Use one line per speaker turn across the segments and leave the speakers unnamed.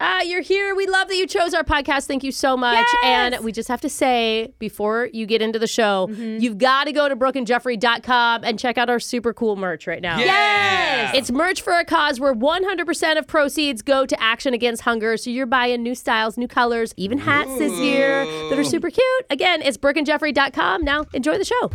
Ah, you're here. We love that you chose our podcast. Thank you so much. And we just have to say before you get into the show, you've got to go to brookandjeffrey.com and check out our super cool merch right now.
Yes.
It's merch for a cause where 100% of proceeds go to Action Against Hunger. So you're buying new styles, new colors, even hats this year that are super cute. Again, it's brookandjeffrey.com. Now enjoy the show.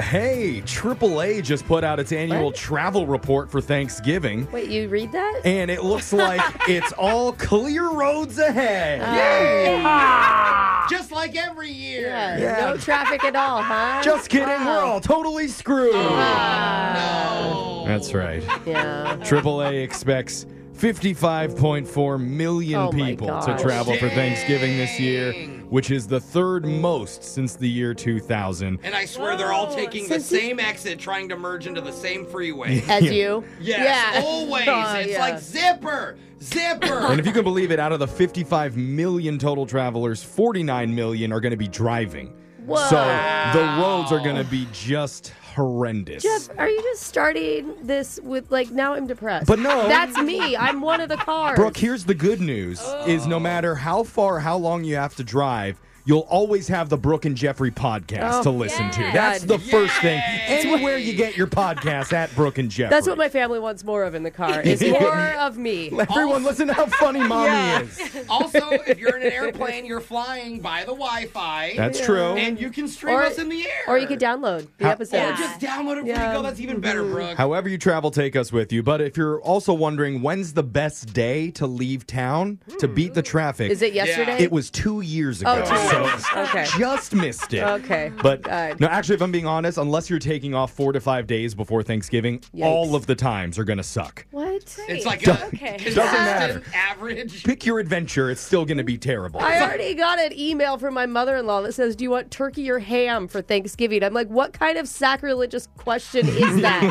Hey, AAA just put out its annual travel report for Thanksgiving.
Wait, you read that?
And it looks like it's all clear roads ahead.
Oh.
Just like every year.
Ah. Yeah.
Yeah.
No traffic at all, huh? Uh-huh.
Just kidding, we're all totally screwed.
No.
That's right.
Yeah.
AAA expects 55.4 million
Oh my
people to
gosh.
travel for Thanksgiving this year, which is the third most since the year 2000.
And I swear they're all taking the
Since you-
same exit trying to merge into the same freeway.
As you?
Yes,
Yeah.
always.
Oh,
it's
yeah.
like zipper,
And
zipper.
if you can believe it, out of the 55 million total travelers, 49 million are going to be driving.
Whoa.
So the roads are going to be just horrendous.
Jeff, are you just starting this with like now I'm depressed?
But no.
that's me. I'm one of the cars.
Brooke, here's the good news is no matter how far, how long you have to drive, you'll always have the Brooke and Jeffrey podcast
Oh,
to listen to.
yes.
That's the first thing.
Yay.
Anywhere you get your podcast at Brooke and Jeffrey.
That's what my family wants more of in the car is
uh,
more of me.
Everyone, listen to how funny mommy is.
also, if you're in an airplane, you're flying by the Wi-Fi.
That's true.
And you can stream
Or-
us in the air.
Or you could download the
How-
episode.
Or just download it before
Yeah.
you go. That's even better, Brooke.
However you travel, take us with you. But if you're also wondering when's the best day to leave town to beat the traffic,
Hmm. Is it yesterday?
It was two years
Oh,
ago.
two years.
So
Okay.
just missed it.
Okay.
But
God.
no, actually, if I'm being honest, unless you're taking off four to five days before Thanksgiving,
Yikes.
all of the times are going to suck.
What?
It's like a
Okay.
consistent
Doesn't matter.
average.
Pick your adventure. It's still going to be terrible.
I already got an email from my mother-in-law that says, "Do you want turkey or ham for Thanksgiving?" I'm like, "What kind of sacrilegious question is that?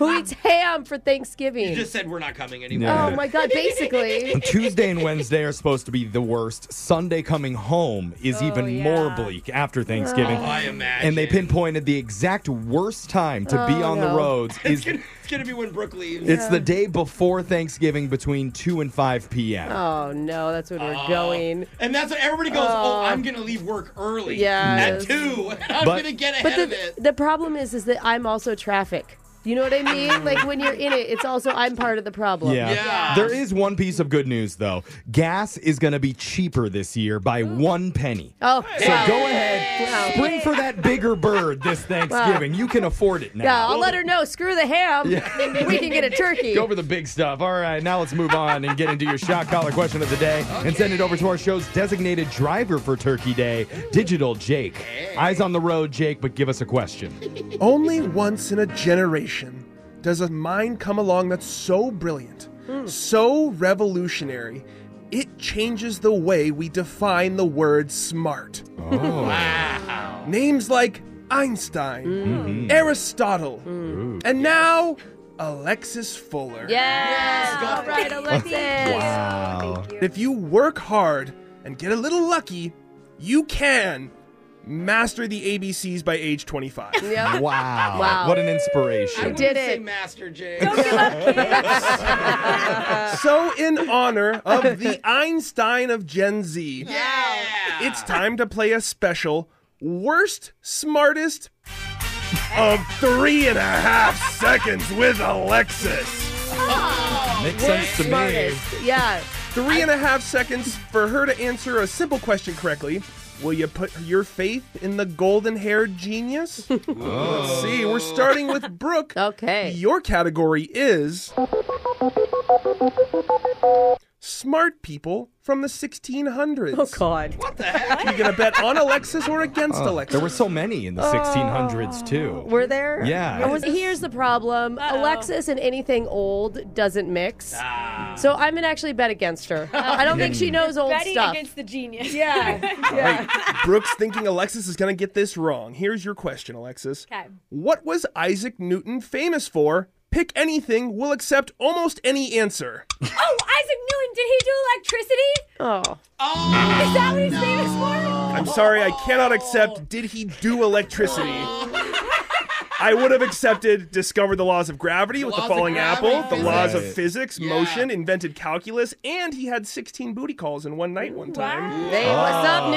Who eats ham for Thanksgiving?"
You just said we're not coming anymore.
Yeah.
oh my god! Basically,
Tuesday and Wednesday are supposed to be the worst. Sunday coming home
Oh,
is even more
yeah.
bleak after Thanksgiving.
I imagine.
and they pinpointed the exact worst time to be
Oh,
on the
no.
roads
It's
is
gonna, it's gonna be when Brooke leaves.
it's the day before Thanksgiving between 2 and 5 p.m.
oh no, that's when we're going.
And that's what everybody goes, oh, I'm going to leave work early
Yes.
at 2, and I'm
But-
going to get ahead
But
of
the,
it.
the problem is, is that I'm also traffic. You know what I mean? like when you're in it, it's also I'm part of the problem.
Yeah.
Yeah.
There is one piece of good news though. Gas is going to be cheaper this year by 1 penny.
Oh,
So
wow.
go ahead,
Wow.
spring for that bigger bird this Thanksgiving. You can afford it now.
Yeah, I'll let her know. Screw the ham. we can get a turkey.
Go for the big stuff. All right, now let's move on and get into your shot collar question of the day and send it over to our show's designated driver for Turkey Day, Digital Jake. Eyes on the road, Jake, but give us a question.
Only once in a generation does a mind come along that's so brilliant, so revolutionary, it changes the way we define the word smart. Names like Einstein, Aristotle, and now Alexis Fuller.
Yes. All right, Alexis.
Wow.
If you work hard and get a little lucky, you can master the ABCs by age 25.
Yep.
Wow.
Wow.
What an
I
inspiration.
wouldn't
did
say
it.
Master Jay.
So, in honor of the Einstein of Gen Z,
yeah.
it's time to play a special worst, smartest of three and a half seconds with Alexis.
Oh.
Makes sense to me.
Smartest. Yeah.
Three and a half seconds for her to answer a simple question correctly. Will you put your faith in the golden haired genius? Let's see. We're starting with Brooke.
Okay.
Your category is smart people from the 1600s.
Oh God.
You gonna bet on Alexis or against Alexis?
Oh, There were so many in the 1600s, too.
Were there?
Yeah.
I was- here's the problem. Alexis and anything old doesn't mix. So I'm gonna actually bet against her. I don't think she knows old
Ah. Oh. Betting
stuff.
against the genius.
yeah.
Brooks thinking Alexis is gonna get this wrong. Here's your question, Alexis.
Okay.
What was Isaac Newton famous for? Pick anything. We'll accept almost any answer.
Oh, Isaac Newton, did he do electricity?
Oh.
Is that what he's famous for?
I'm sorry, I cannot accept. Did he do electricity? I would have accepted, discovered the laws of gravity with the
laws of
falling
gravity,
apple, the laws of
physics.
physics, motion, invented calculus, and he had 16 booty calls in one night one time.
Hey, what's
Oh.
up,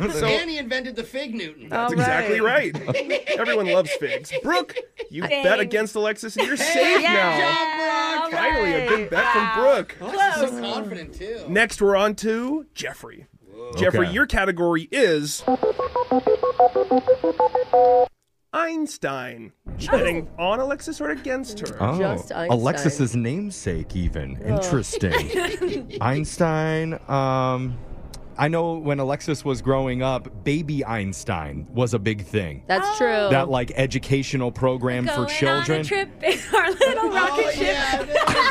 Newton?
and he invented the fig Newton.
That's
All
exactly right. Everyone loves figs. Brooke, you bet against Alexis and you're safe now.
Job, Brock.
Finally, a good bet from Brooke.
I'm so confident too.
Next, we're on to Jeffrey. Jeffrey,
Okay.
your category is Einstein. Betting on Alexis or against her.
Oh,
Oh. Just Einstein.
Alexis's namesake, even. Interesting. Einstein. Um, I know when Alexis was growing up, baby Einstein was a big thing.
That's true.
That like educational program
Going
for children.
Oh. on a trip in our little rocket
Oh,
ship.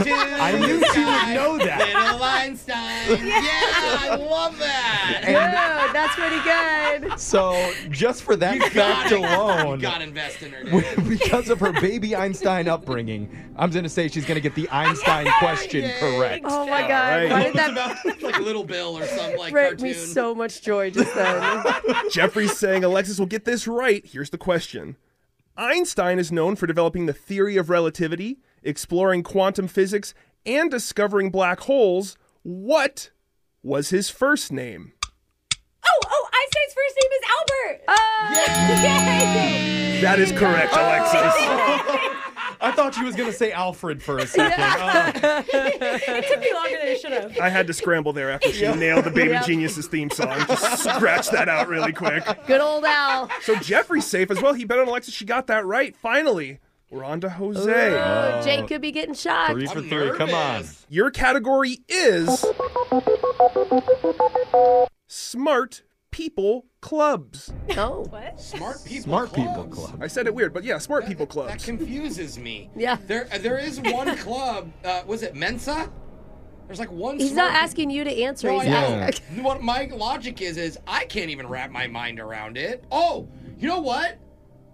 yeah, I
I knew she would know that.
Little Einstein. Yeah, I love that.
Dude, that's pretty good.
So just for that fact
it.
alone,
God invest in her. dude.
because of her baby Einstein upbringing, I'm going to say she's going to get the Einstein question
Yay.
correct.
Oh my
All
God.
right.
Why did
It's
that
about it's like Little Bill or some like
bring
cartoon.
me so much joy just then?
Jeffrey's saying Alexis will get this right. Here's the question Einstein is known for developing the theory of relativity, exploring quantum physics, and discovering black holes. What was his first name?
Oh, oh, Einstein's first name is Albert.
Uh,
Yay!
That is correct, Alexis.
I thought she was going to say Alfred for a second. Oh.
It took me longer than it should have.
I had to scramble there after she nailed the Baby Geniuses theme song. Just scratch that out really quick.
Good old Al.
So Jeffrey's safe as well. He bet on Alexis. She got that right. Finally, we're on to Jose.
Oh, Jake could be getting shocked.
Three for
I'm
three. Come on.
nervous.
Your category is Smart People Clubs.
Oh,
What?
Smart people.
Smart people
clubs.
club.
I said it weird, but yeah, Smart People
That
Clubs.
confuses me.
Yeah.
There, there is one club. Uh, was it Mensa? There's like one.
he's
smart
not asking you to answer.
No,
He's
I
Yeah.
know. What my logic is is I can't even wrap my mind around it. Oh, you know what?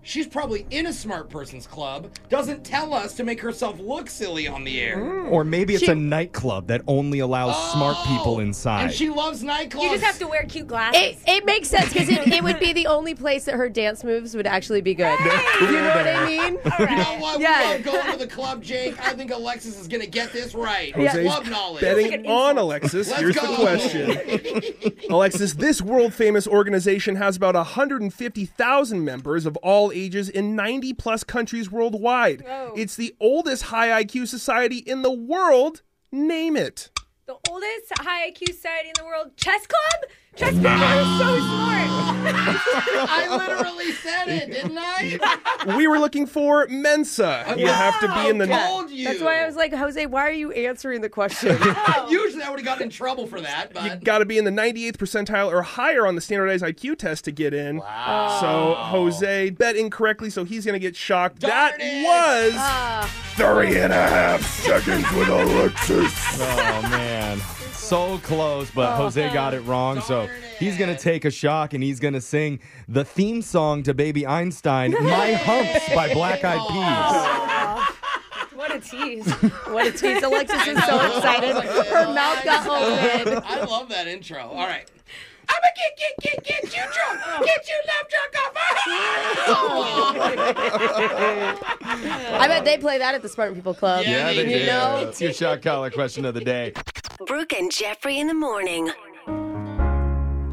She's probably in a smart person's club. Doesn't tell us to make herself look silly on the air.
Mm.
Or maybe it's
She-
a nightclub that only allows smart people
Oh,
inside.
And she loves nightclubs.
You just have to wear cute glasses.
It, it makes sense because it, it would be the only place that her dance moves would actually be good. You know what I mean?
All
You know what?
Yeah.
We love going to the club, Jake. I think Alexis is gonna get this right.
Jose's
Club knowledge.
Betting on Alexis.
Let's
Here's
go.
the question. Alexis, this world famous organization has about 150,000 members of all ages in 90 plus countries worldwide. It's the oldest high IQ society in the world. Name it.
The oldest high IQ society in the world, chess club. Chess club are so smart.
I literally said it, didn't I?
We were looking for Mensa. You have to be in the.
I told you.
That's why I was like, Jose, why are you answering the question? Oh.
Usually I would have gotten in trouble for that,
you
but
got to be in the 98th percentile or higher on the standardized IQ test to get in. So Jose bet incorrectly, so he's going to get shocked. that
Darn it. Ah.
was three and a half seconds with Alexis.
oh man. So close, but
Oh,
Jose got it wrong. So he's going to take a shock and he's going to sing the theme song to Baby Einstein, My Humps by Black Eyed
oh.
Peas.
what a tease.
what a tease. Alexis is so excited. Her mouth got open.
Oh, I love that intro. All right. I'ma get get get get you
Oh.
drunk, get you love drunk off my ass.
I bet they play that at the Smart People Club.
Yeah, they
you
do.
know?
That's your shock collar question of the day.
Brooke and Jeffrey in the morning.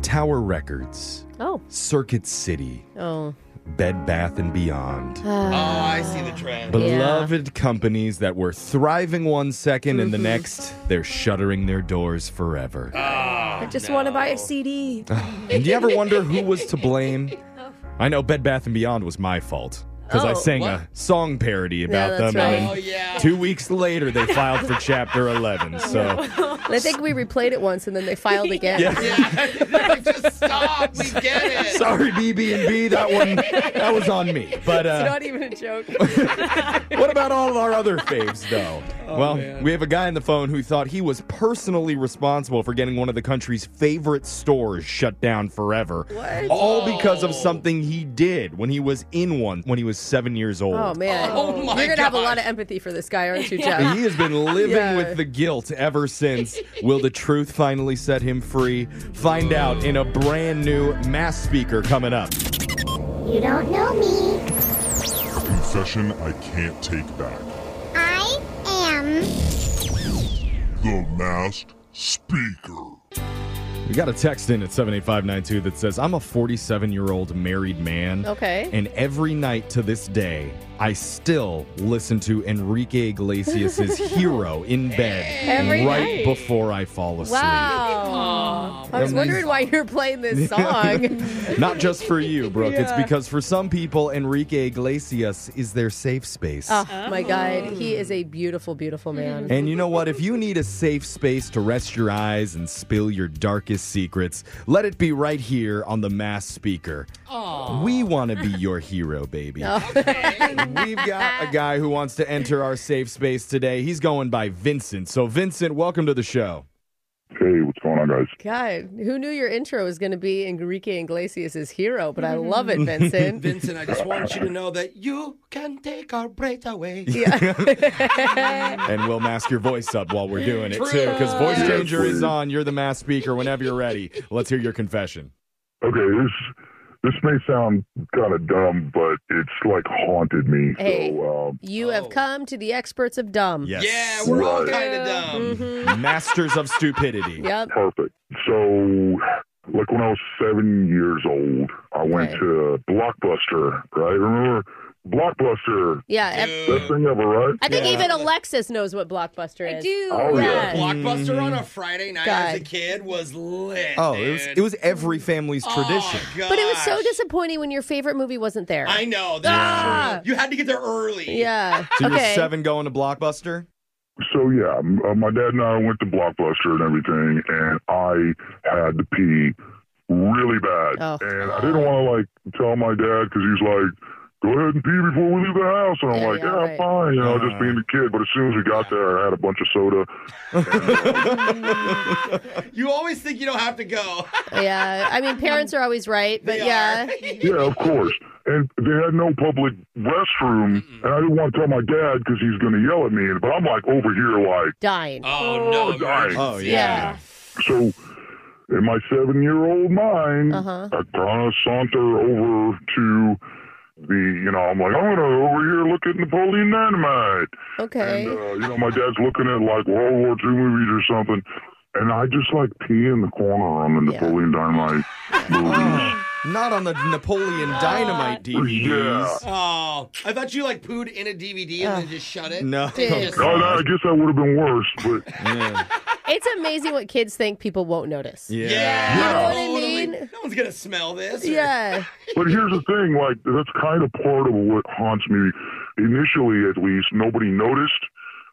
Tower Records,
Oh.
Circuit City,
Oh.
Bed Bath and Beyond.
Oh, I see the trend.
Beloved companies that were thriving one second
Mm-hmm.
and the next, they're shuttering their doors forever.
Oh,
I just want to buy a CD.
And do you ever wonder who was to blame? I know Bed Bath and Beyond was my fault because I
Oh.
sang a song parody about
that's
them.
right. Oh,
And
Oh yeah.
two weeks later, they filed for Chapter 11. So
And I think we replayed it once and then they filed again.
Yeah. Just stop. We get it.
sorry, BB and B, that one that was on me. But
It's
uh,
not even a joke.
what about all our other faves, though?
Oh,
well, we have a guy on the phone who thought he was personally responsible for getting one of the country's favorite stores shut down forever,
What?
all because
Oh.
of something he did when he was in one when he was seven years old.
Oh, man.
Oh, my
You're going to have a
gosh.
lot of empathy for this guy, aren't you, Jeff?
And he has been living
Yeah.
with the guilt ever since. Will the truth finally set him free? Find out in a brand new mass speaker coming up.
You don't know me. confession I can't take back.
I am.
The masked speaker.
We got a text in at 78592 that says, I'm a 47 year old married man.
Okay.
And every night to this day, I still listen to Enrique Iglesias' Hero in bed
Every
right
night.
before I fall asleep.
Wow. I was wondering why you're playing this song.
Not just for you, Brooke. It's because for some people, Enrique Iglesias is their safe space.
oh my God. He is a beautiful, beautiful man.
And you know what? If you need a safe space to rest your eyes and spill your darkest secrets, let it be right here on the mass speaker. We want to be your hero, baby. We've got a guy who wants to enter our safe space today. He's going by Vincent. So, Vincent, welcome to the show.
Hey, what's going on, guys?
Mm-hmm.
God, who knew your intro was going to be Enrique Iglesias' hero? But I
Mm-hmm.
love it, Vincent.
Vincent, I just want you to know that you can take our breath away.
And we'll mask your voice up while we're doing it, too, because Voice Changer is on. You're the mass speaker whenever you're ready. Let's hear your confession.
Okay, this this may sound kind of dumb, but it's like haunted me.
Hey.
So, um,
You have
Oh.
come to the experts of dumb.
Yes.
Yeah, we're all
Right.
kind of dumb.
Mm-hmm. Masters of stupidity.
Yep.
perfect. So, like when I was seven years old, I went
Okay.
to Blockbuster. Right? Remember Blockbuster?
Yeah. ev-
Best thing ever, right?
I think even Alexis knows what Blockbuster
I
is.
do.
Oh, yeah.
Yeah.
Blockbuster on a Friday night as a
God.
kid was lit.
Oh, it was,
dude.
it was every family's tradition.
Oh,
But it was so
gosh.
disappointing when your favorite movie wasn't there.
I know. That's
Ah.
true. You had to get there early.
yeah.
So
okay.
you're seven going to Blockbuster?
So yeah, m- uh, my dad and I went to Blockbuster and everything, and I had to pee really bad,
Oh.
and I didn't want to like tell my dad because he's like, "Go ahead and pee before we leave the house," and I'm
Yeah,
like,
yeah,
"Yeah,
right.
fine," you know, just
Uh-huh.
being a kid. But as soon as we got there, I had a bunch of soda.
You always think you don't have to go.
Yeah. I mean, parents are always right, but
They
yeah.
are.
Yeah, of course. And they had no public restroom, and I didn't want to tell my dad because he's going to yell at me. But I'm like over here, like.
Dying.
Oh, no.
Oh, darn.
emergency.
Oh, yeah.
Yeah.
So, in my seven year old mind,
Uh-huh.
I kind of saunter over to the, you know, I'm like, I'm going to over here look at Napoleon Dynamite.
Okay.
And, uh, you know, my dad's looking at like World War II movies or something. And I just like pee in the corner on the
Yeah.
Napoleon Dynamite movies.
Not on the Napoleon Dynamite DVDs.
Oh, I thought you like pooed in a DVD and then just shut it.
No.
Dude.
Oh, no, I guess that would have been worse, but
Yeah.
It's amazing what kids think people won't notice.
Yeah.
Yeah.
You know what I
totally.
mean?
No one's going to smell this. or-
Yeah.
but here's the thing, like that's kind of part of what haunts me. Initially, at least, nobody noticed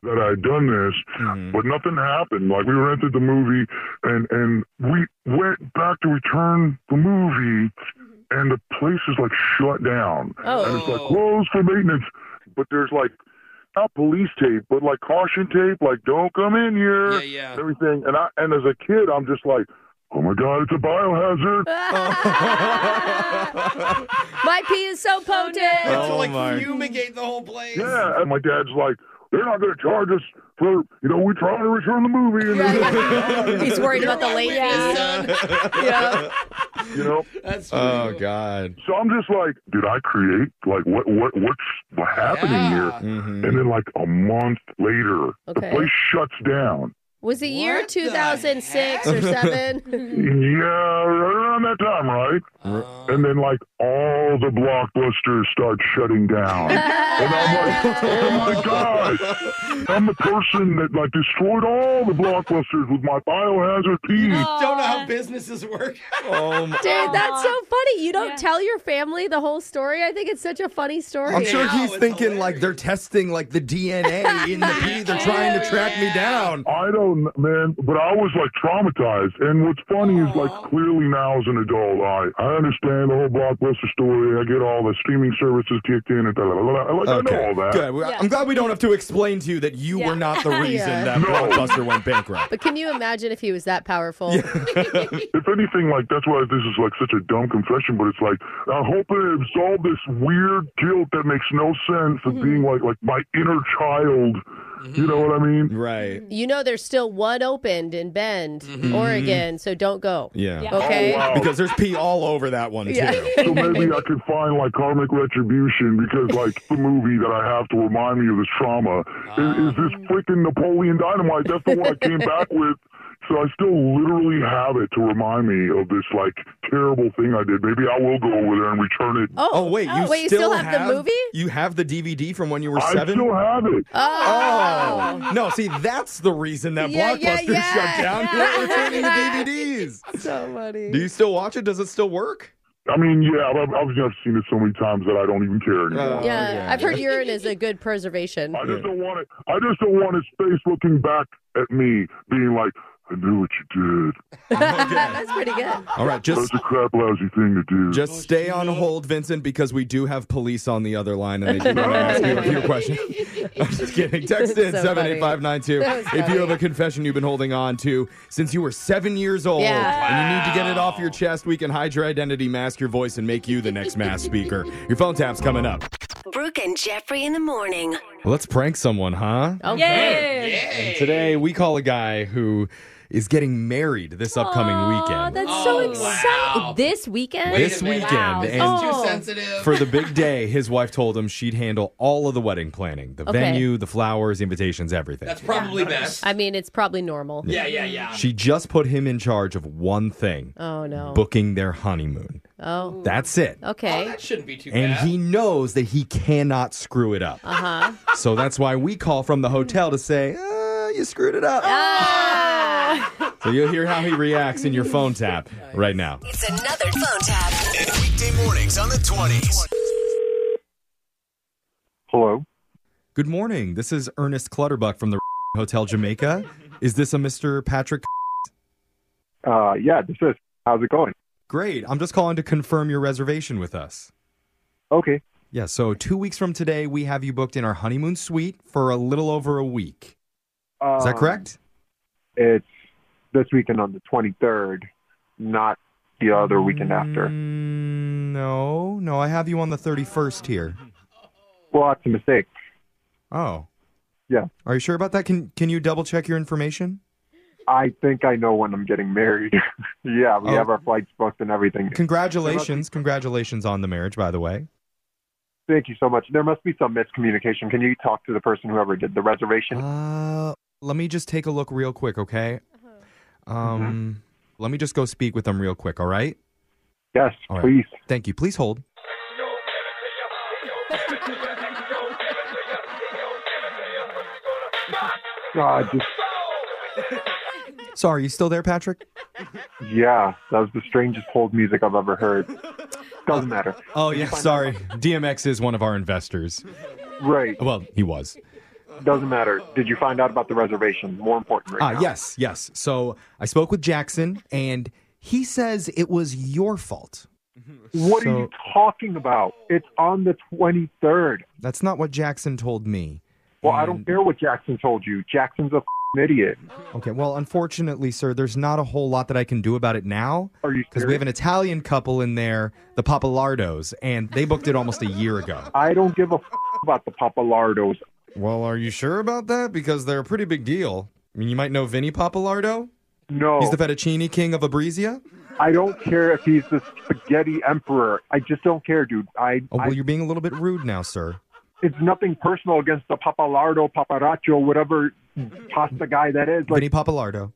that I had done this,
Mm-hmm.
but nothing happened. Like we rented the movie, and and we went back to return the movie, and the place is like shut down,
Oh.
and it's like closed for maintenance. But there's like not police tape, but like caution tape, like don't come in here,
Yeah, yeah.
and everything. And I and as a kid, I'm just like, oh my god, it's a biohazard.
My pee is so potent.
It's
Oh,
like
my.
fumigate the whole place.
Yeah, and my dad's like, they're not going to charge us for, you know, we tried to return the movie, and
He's worried about the
Right,
lady.
witness, son.
you know.
That's true.
Oh, God.
So I'm just like, did I create like what what what's happening
Yeah.
here? And
Mhm.
then like a month later, the
Mm-hmm. Okay.
place shuts down.
Was it year
What the
2006 or 7?
Yeah, right around that time, right?
Uh.
and then like all the blockbusters start shutting down. and I'm like, oh my god, I'm the person that like destroyed all the blockbusters with my biohazard pee.
Don't know how businesses work.
Oh, my.
Dude, that's so funny. You don't
Yeah.
tell your family the whole story. I think it's such a funny story.
I'm sure
Wow,
he's
it's
thinking like
hilarious.
they're testing like the DNA in the pee. They're trying to track me down.
I don't, man, but I was like traumatized. And what's funny is like clearly now as an adult, I I understand the whole blockbuster story. I get all the streaming services kicked in and da, da, da, da, da. Like, I know all that.
Good. Well, I'm glad we don't have to explain to you that you were not the reason
Yeah.
that Blockbuster went bankrupt.
But can you imagine if he was that powerful?
If anything, like that's why this is like such a dumb confession. But it's like I hope it
Mm-hmm.
absolved this weird guilt that makes no sense of being like like my inner child You know what I mean?
Right.
You know there's still one opened in Bend, Oregon, so don't go.
Yeah.
Yeah.
Okay.
Oh, wow.
Because there's pee all over that one too.
So maybe I could find like karmic retribution because like the movie that I have to remind me of this trauma is, is this
Ah.
freaking Napoleon Dynamite. That's the one I came back with. So I still literally have it to remind me of this like terrible thing I did. Maybe I will go over there and return it.
Oh,
Oh wait, you,
wait, you
still
still have, the movie?
You have the DVD from when you were
I
seven.
still have it.
Oh no! See, that's the reason that
Yeah, yeah,
Blockbuster
yeah.
shut down. We're returning the DVDs.
So funny.
Do you still watch it? Does it still work?
I mean, yeah, I've, I've I've seen it so many times that I don't even care anymore.
Oh,
yeah, I've heard urine is a good preservation.
I just don't want it. I just don't want his face looking back at me, being like, "I knew what you did.
That's pretty good.
All right,
That's
just
a crap lousy thing to do."
Oh,
just stay on hold, Vincent, because we do have police on the other line, and they do want to ask you a few questions. I'm just kidding. Text in
So
seven eight five nine two
That was
if you
funny.
have a confession you've been holding on to since you were seven years old,
Yeah.
and you need to get it off your chest. We can hide your identity, mask your voice, and make you the next mass speaker. Your phone tap's coming up.
Brooke and Jeffrey in the morning.
Let's prank someone, huh?
Okay.
Yay!
Yay.
Today we call a guy who is getting married this upcoming
Aw,
weekend.
That's so
Oh,
exciting.
wow.
This weekend?
Wait a
This
minute.
weekend,
Wow.
and
It's
Oh.
too sensitive.
for the big day, his wife told him she'd handle all of the wedding planning, the
Okay.
venue, the flowers, invitations, everything.
That's probably best.
I mean, it's probably normal.
yeah, yeah, yeah.
she just put him in charge of one thing,
Oh, no.
booking their honeymoon.
Oh,
That's it.
Oh,
okay.
that shouldn't be too
And
bad.
he knows that he cannot screw it up.
Ah.
Uh-huh. So that's why we call from the hotel to say, uh, you screwed it
Oh.
up.
Ah.
So you'll hear how he reacts in your phone tap right now.
It's another phone tap.
Weekday mornings on the 20s.
Hello.
Good morning. This is Ernest Clutterbuck from the Hotel Jamaica. Is this a Mr. Patrick?
Uh, yeah, this is. How's it going?
Great. I'm just calling to confirm your reservation with us.
Okay.
Yeah, so two weeks from today, we have you booked in our honeymoon suite for a little over a week.
Um,
Is that correct?
It's this weekend on the 23rd, not the other weekend after.
Mm, no, no, I have you on the 31st here.
Well, that's a mistake.
Oh.
Yeah.
Are you sure about that? Can Can you double check your information?
I think I know when I'm getting married. yeah, we
Oh.
have our flights booked and everything.
Congratulations. Congratulations on the marriage, by the way.
Thank you so much. There must be some miscommunication. Can you talk to the person whoever did the reservation?
Uh, let me just take a look real quick, okay? Um, let me just go speak with them real quick, all right?
Mm-hmm. yes,
all right.
please.
Thank you. Please hold.
God, just,
Sorry, you still there, Patrick?
yeah, that was the strangest hold music I've ever heard. Doesn't matter.
Oh, yeah, sorry. DMX is one of our investors.
Right.
Well, he was.
Doesn't matter. Did you find out about the reservation? More important right
Ah,
now.
yes, yes. So I spoke with Jackson, and he says it was your fault.
Mm-hmm. What
So-
are you talking about? It's on the 23rd.
That's not what Jackson told me.
Well, I
Mm.
don't care what Jackson told you. Jackson's a f***ing idiot.
Okay, well, unfortunately, sir, there's not a whole lot that I can do about it now
Are you
because
serious?
we have an Italian couple in there, the Papalardos, and they booked it almost a year ago.
I don't give a f- about the Papalardos.
Well, are you sure about that? Because they're a pretty big deal. I mean, you might know Vinny Papalardo.
No,
He's the fettuccine king of Abrizia.
I don't care if he's the spaghetti emperor. I just don't care, dude. I,
Oh, well,
I
you're being a little bit rude now, sir.
it's nothing personal against the Papalardo, Paparaccio, whatever pasta guy that is. Like,
Mm. Vinny Papalardo.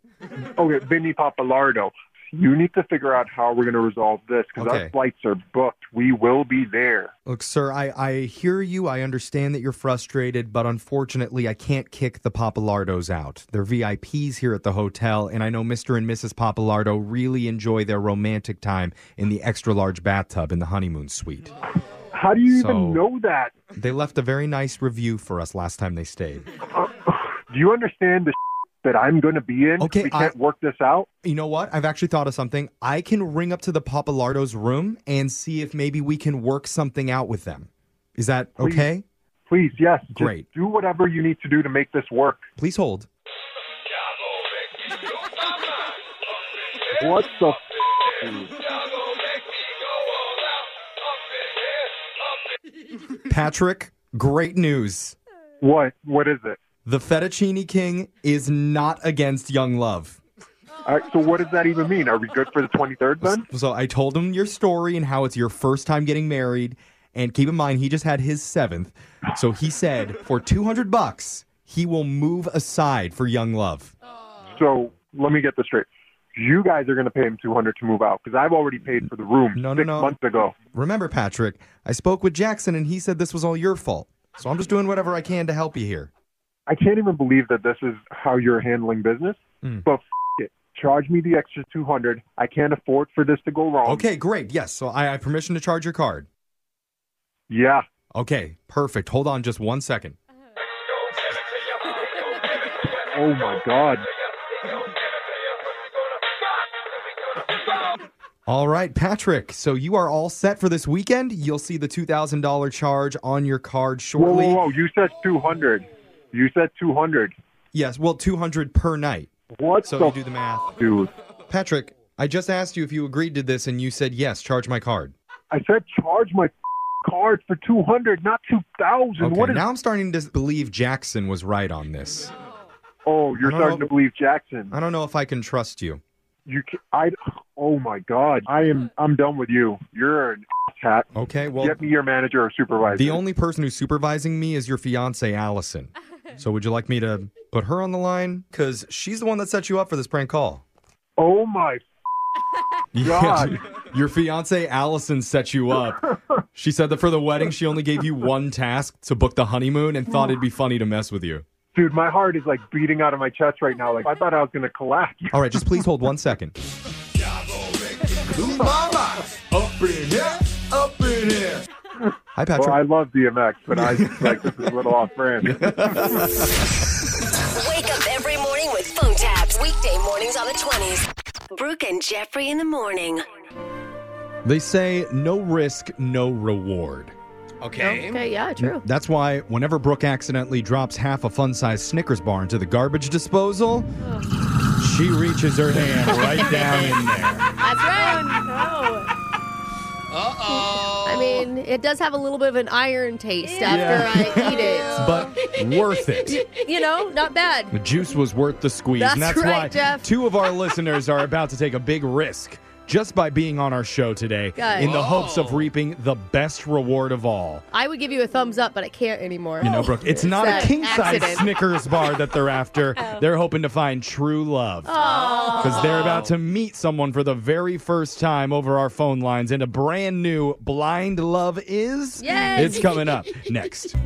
okay, Vinny Papalardo. You need to figure out how we're going to resolve this because
Okay.
our flights are booked. We will be there.
Look, sir, I, I hear you. I understand that you're frustrated, but unfortunately, I can't kick the Papalardos out. They're VIPs here at the hotel, and I know Mr. and Mrs. Papalardo really enjoy their romantic time in the extra large bathtub in the honeymoon suite.
How do you
So-
even know that?
They left a very nice review for us last time they stayed.
Uh, Do you understand the that I'm going to be in?
Okay,
we
I-
can't work this out.
You know what? I've actually thought of something. I can ring up to the Papalardos' room and see if maybe we can work something out with them. Is that
Please.
okay?
Please, yes. just
Great.
do whatever you need to do to make this work.
Please hold.
What the? F-
Patrick, great news.
what? What is it?
The fettuccine king is not against Young Love.
All right, so what does that even mean? Are we good for the 23rd then?
So I told him your story and how it's your first time getting married. And keep in mind, he just had his seventh. So he said for 200 bucks, he will move aside for Young Love.
So let me get this straight. You guys are going to pay him 200 to move out because I've already paid for the room
No, no,
six
no.
months ago.
Remember, Patrick, I spoke with Jackson and he said this was all your fault. So I'm just doing whatever I can to help you here.
I can't even believe that this is how you're handling business.
Hmm.
But f- it, charge me the extra 200. I can't afford for this to go wrong.
Okay, great. Yes. So I have permission to charge your card.
Yeah.
Okay, perfect. Hold on just one second.
Oh my God.
All right, Patrick. So you are all set for this weekend. You'll see the $2,000 charge on your card
Whoa,
shortly.
whoa, whoa! You said 200. You said 200.
Yes, well, 200 per night.
What
So
the
you do the math.
f- dude?
Patrick, I just asked you if you agreed to this and you said yes, charge my card.
I said charge my f- card for 200, not 2,000.
Okay,
what is?
now I'm starting to believe Jackson was right on this.
oh, you're
I don't
starting
know-
to believe Jackson.
I don't know if I can trust you.
You, ca- I. Oh my God! I am. I'm done with you. You're an hat.
Okay, well,
Get me your manager or supervisor.
the only person who's supervising me is your fiance, Allison. So would you like me to put her on the line? Because she's the one that set you up for this prank call.
oh my God.
Your fiance Allison set you up. She said that for the wedding, she only gave you one task to book the honeymoon and thought it'd be funny to mess with you.
dude, my heart is like beating out of my chest right now. Like I thought I was gonna collapse.
All right, just please hold one second.
Up in here, up in here.
Hi,
Well, I
Patrick.
love DMX, but I like this is a little off brand.
Wake up every morning with phone taps. Weekday mornings on the 20s. Brooke and Jeffrey in the morning.
They say no risk, no reward.
Okay.
Okay, yeah, Oh, true.
That's why whenever Brooke accidentally drops half a fun sized Snickers bar into the garbage disposal, she reaches her hand right down in there.
That's Oh, right.
Uh oh.
I mean, it does have a little bit of an iron taste
Yeah.
after I eat it.
But worth it.
You know, not bad.
The juice was worth the squeeze. and
That's
that's
right,
why
Jeff.
two of our listeners are about to take a big risk just by being on our show today
Guys.
in the hopes of
Whoa.
reaping the best reward of all.
I would give you a thumbs up, but I can't anymore.
You know, Brooke, it's not
It's
a
an
king size
Oh. accident. Oh.
Snickers bar that they're after. They're hoping to find true love. Because they're about
Oh.
to meet someone for the very first time over our phone lines in a brand new Blind Love Is.
Yay.
It's coming up next.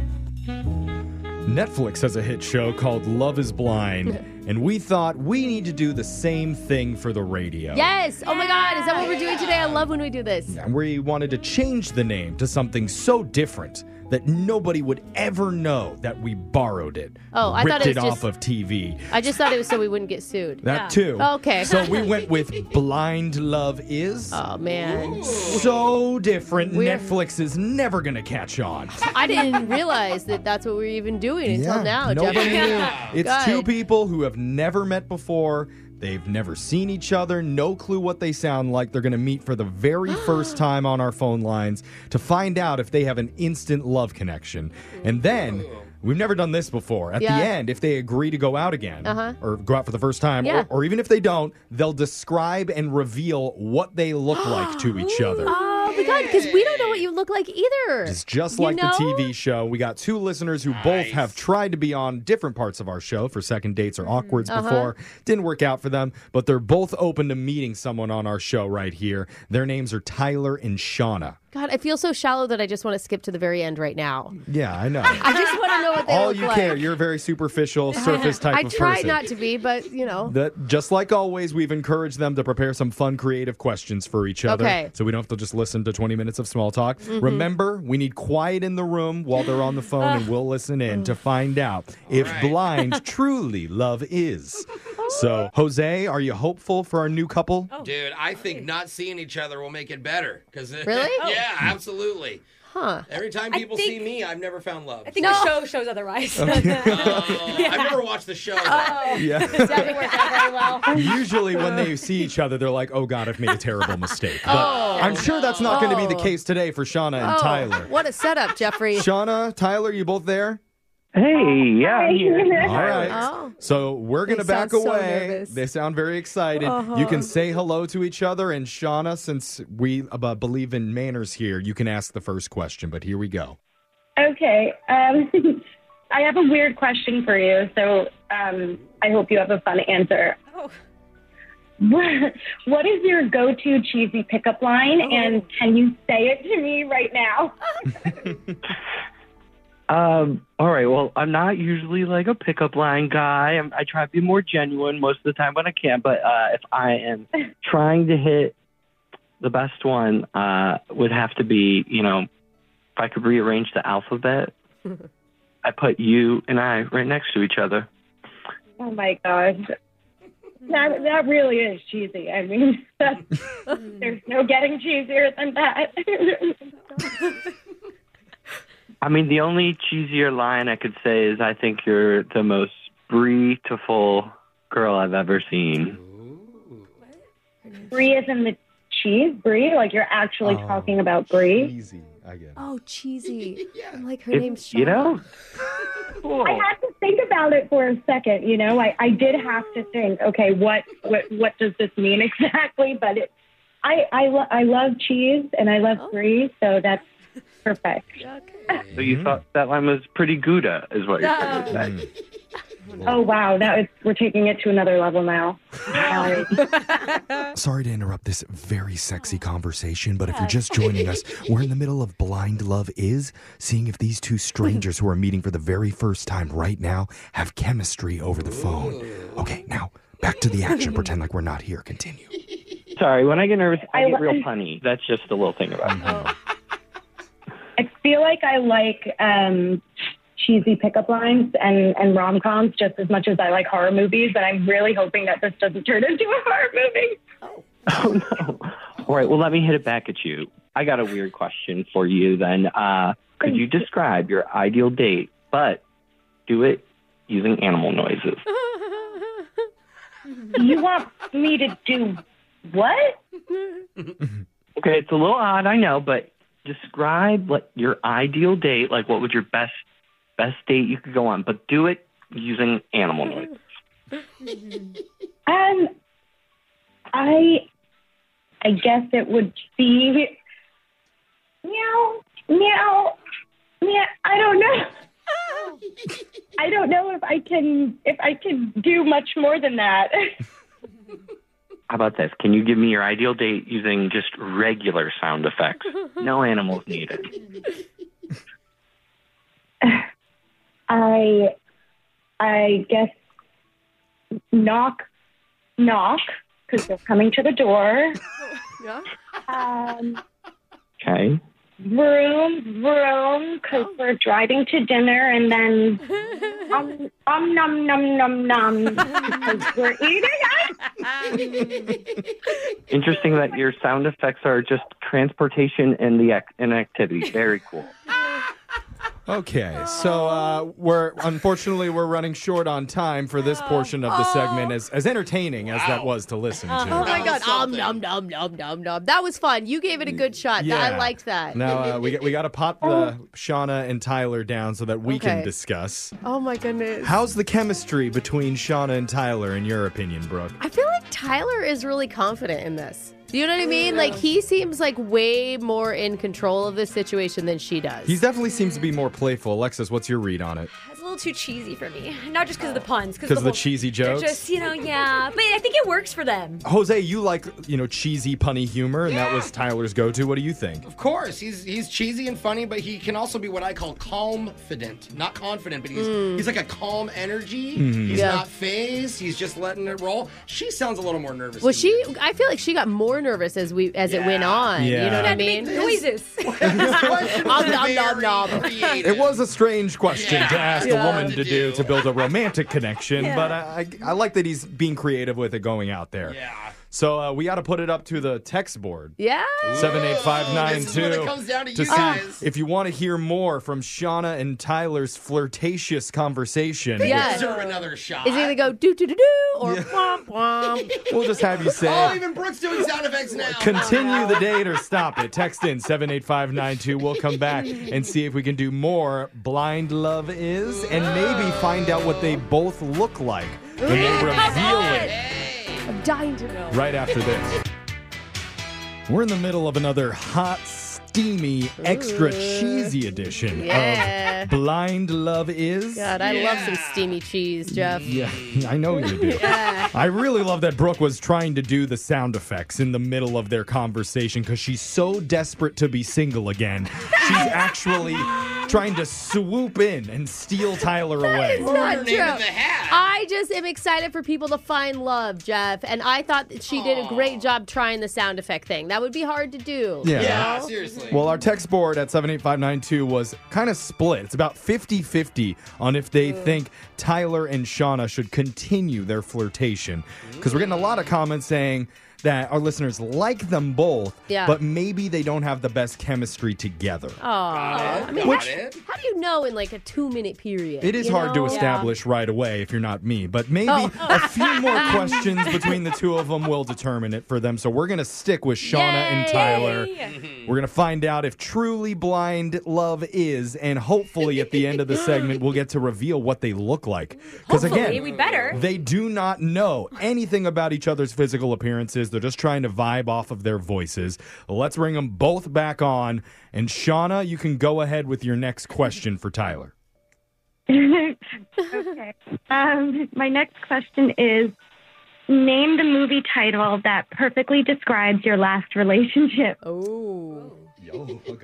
Netflix has a hit show called Love is Blind, and we thought we need to do the same thing for the radio.
Yes. Oh my God. Is that what we're doing today? I love when we do this.
And we wanted to change the name to something so different that nobody would ever know that we borrowed it.
Oh, I
ripped
thought it
it
was
off
just-
of TV.
I just thought it was so we wouldn't get sued. Oh,
That too.
Okay.
So we went with Blind Love Is.
Oh man.
so different.
We're-
Netflix is never going to catch on.
I didn't realize that that's what we were even doing until now,
Nobody
Jeffrey.
knew. It's
God.
two people who have never met before. They've never seen each other, no clue what they sound like. They're going to meet for the very first time on our phone lines to find out if they have an instant love connection. And then, we've never done this before. At
Yeah.
the end, if they agree to go out again
Uh-huh.
or go out for the first time,
Yeah.
or, or even if they don't, they'll describe and reveal what they look like to each other.
Oh my God, because we don't know what you look like either.
It's just
You
like
know?
the TV show. We got two listeners who both have tried to be on different parts of our show for second dates
Mm-hmm.
or awkwards
Uh-huh.
before. Didn't work out for them, but they're both open to meeting someone on our show right here. Their names are Tyler and Shauna.
God, I feel so shallow that I just want to skip to the very end right now.
Yeah, I know.
I just want to know what they
All
look
you
like.
care. You're a very superficial, surface type
I
of
try
person.
not to be, but you know.
That just like always, we've encouraged them to prepare some fun, creative questions for each other,
Okay. Mm-hmm.
so we don't have to just listen to 20 minutes of small talk. Remember, we need quiet in the room while they're on the phone,
Ah.
and we'll listen in to find out if
right.
blind truly love is. So, Jose, are you hopeful for our new couple?
Oh.
Dude, I think not seeing each other will make it better. Cause
Really?
yeah, absolutely.
Huh.
Every time
Oh. I
people see
think-
me, I've never found love.
I think the show shows otherwise.
Oh, I've never watched the show. though.
Yeah.
Doesn't work out very well.
Usually, when they see each other, they're like, "Oh God, I've made a terrible mistake." But
Oh.
I'm sure that's not going to be
Oh.
the case today for Shauna and
Oh,
Tyler.
What a setup, Jeffrey.
Shauna, Tyler, you both there?
Hey, yeah, I'm
Hi.
here.
All right. So we're going to
Oh. They
back
sound so
away.
nervous. Uh-huh.
they sound very excited. You can say hello to each other. And Shauna, since we uh, believe in manners here, you can ask the first question. But here we go.
Okay. Um, I have a weird question for you, so um, I hope you have a fun answer.
Oh.
What, what is your go to cheesy pickup line,
Oh.
and can you say it to me right now?
Um, all right. Well, I'm not usually like a pickup line guy. I'm, I try to be more genuine most of the time when I can. But uh, if I am trying to hit the best one, uh, would have to be, you know, if I could rearrange the alphabet, I put you and I right next to each other.
oh my gosh. That, that really is cheesy. I mean, that's, there's no getting cheesier than that.
I mean, the only cheesier line I could say is, "I think you're the most beautiful girl I've ever seen."
brie is in the cheese, brie? Like you're actually talking about brie?
I get
Oh, cheesy. I'm like, her
If-
name's Shauna.
you know,
I had to think about it for a second. You know, I, I did have to think. Okay, what what what does this mean exactly? But it, I I, lo- I love cheese and I love brie, so that's perfect.
So you thought that line was pretty gouda, is what you're trying to say.
Oh wow, that is we're taking it to another level now. Sorry.
Uh.
Sorry to interrupt this very sexy
Oh.
conversation, but if you're just joining us, we're in the middle of Blind Love Is, seeing if these two strangers who are meeting for the very first time right now have chemistry over the phone. Okay, now back to the action. Pretend like we're not here. Continue.
Sorry, when I get nervous, I,
I
get
li-
real punny. That's just the little thing about me.
I feel like I like um, cheesy pickup lines and and rom coms just as much as I like horror movies. And I'm really hoping that this doesn't turn into a horror movie.
All right, well, let me hit it back at you. I got a weird question for you then. Uh, could you describe your ideal date, but do it using animal noises?
You want me to do what?
Okay, it's a little odd, I know, but describe like your ideal date. Like, what would your best best date you could go on? But do it using animal noises.
Um, I, I guess it would be meow, meow, meow. I don't know. I don't know if I can if I can do much more than that.
How about this? Can you give me your ideal date using just regular sound effects? No animals needed.
I, I guess knock, knock, because they're coming to the door.
Yeah.
Um.
Okay.
Vroom, vroom, because we're driving to dinner, and then um, um num num num num, because we're eating.
Interesting that your sound effects are just transportation and the ac- and activity. Very cool.
Okay, so uh, we're unfortunately we're running short on time for
Oh.
this portion of the segment, as as entertaining as that was to listen to.
Uh, oh my god! Um, nom nom nom nom nom. That was fun. You gave it a good shot. Th- I
Yeah.
liked that. Oh.
Now uh, we got, we got to pop the Shauna and Tyler down so that we can
Okay.
discuss.
oh my goodness.
How's the chemistry between Shauna and Tyler, in your opinion, Brooke?
I feel like Tyler is really confident in this. Do you know what I mean? Like he seems like way more in control of this situation than she does.
He definitely seems to be more playful. Alexis, what's your read on it?
It's a little too cheesy for me. Not just because of the puns, because
'Cause of the
whole-
cheesy
they're
jokes?
Just you know, yeah. Uh, But I think it works for them.
Jose, you like you know cheesy, punny humor, and that was Tyler's go-to. What do you think?
Of course, he's he's cheesy and funny, but he can also be what I call calm-fident. Not confident, but he's
Mm.
he's like a calm energy.
Mhm.
He's
Hmm. Yeah.
not phased. He's just letting it roll. She sounds a little more nervous.
well, she. I feel like she got more nervous as we as it went on.
Yeah.
You know what I
Had to
mean?
Noises.
Om nom nom nom.
It was a strange question to ask
Yeah.
a woman to do to build a romantic connection,
Yeah.
but I, I, I like that he's being creative with it going out there. Yeah. So uh, we got to put it up to the text board.
Yeah.
Seven eight five nine
This is when it comes down
two
to
to
you guys.
see if you want to hear more from Shauna and Tyler's flirtatious conversation.
Yeah.
Deserve another shot.
Is it gonna go do do do do, or womp womp.
We'll just have you say.
Oh, even Brooks doing sound effects now.
Continue the date or stop it. Text in 78592. We'll come back and see if we can do more Blind Love Is and maybe find out what they both look like when they
Yeah, come
reveal
on.
it
I'm dying to know.
right after this. We're in the middle of another hot, steamy, extra cheesy edition
Yeah.
of Blind Love Is.
God, I love some steamy cheese, Jeff.
Yeah, I know you do. I really love that Brooke was trying to do the sound effects in the middle of their conversation because she's so desperate to be single again. She's actually trying to swoop in and steal Tyler away.
It's not true. I just am excited for people to find love, Jeff. And I thought that she did a great job trying the sound effect thing. That would be hard to do.
Yeah.
you
Yeah,
know?
Well, our text board at 78592 was kind of split. It's about 50 50 on if they think Tyler and Shauna should continue their flirtation. Because we're getting a lot of comments saying that our listeners like them both,
Yeah.
but maybe they don't have the best chemistry together.
Oh, I mean,
Which-
how, how do you know in like a two-minute period?
It is
you
hard
know?
to establish right away if you're not me, but maybe
Oh.
a few more questions between the two of them will determine it for them. So we're going to stick with Shauna and
Yay!
Tyler.
Yay!
We're going to find out if truly blind love is, and hopefully at the end of the segment, we'll get to reveal what they look like. Because
Hopefully,
again,
we better.
they do not know anything about each other's physical appearances. They're just trying to vibe off of their voices. Let's bring them both back on. And Shauna, you can go ahead with your next question for Tyler.
okay. Um, my next question is name the movie title that perfectly describes your last relationship.
Oh.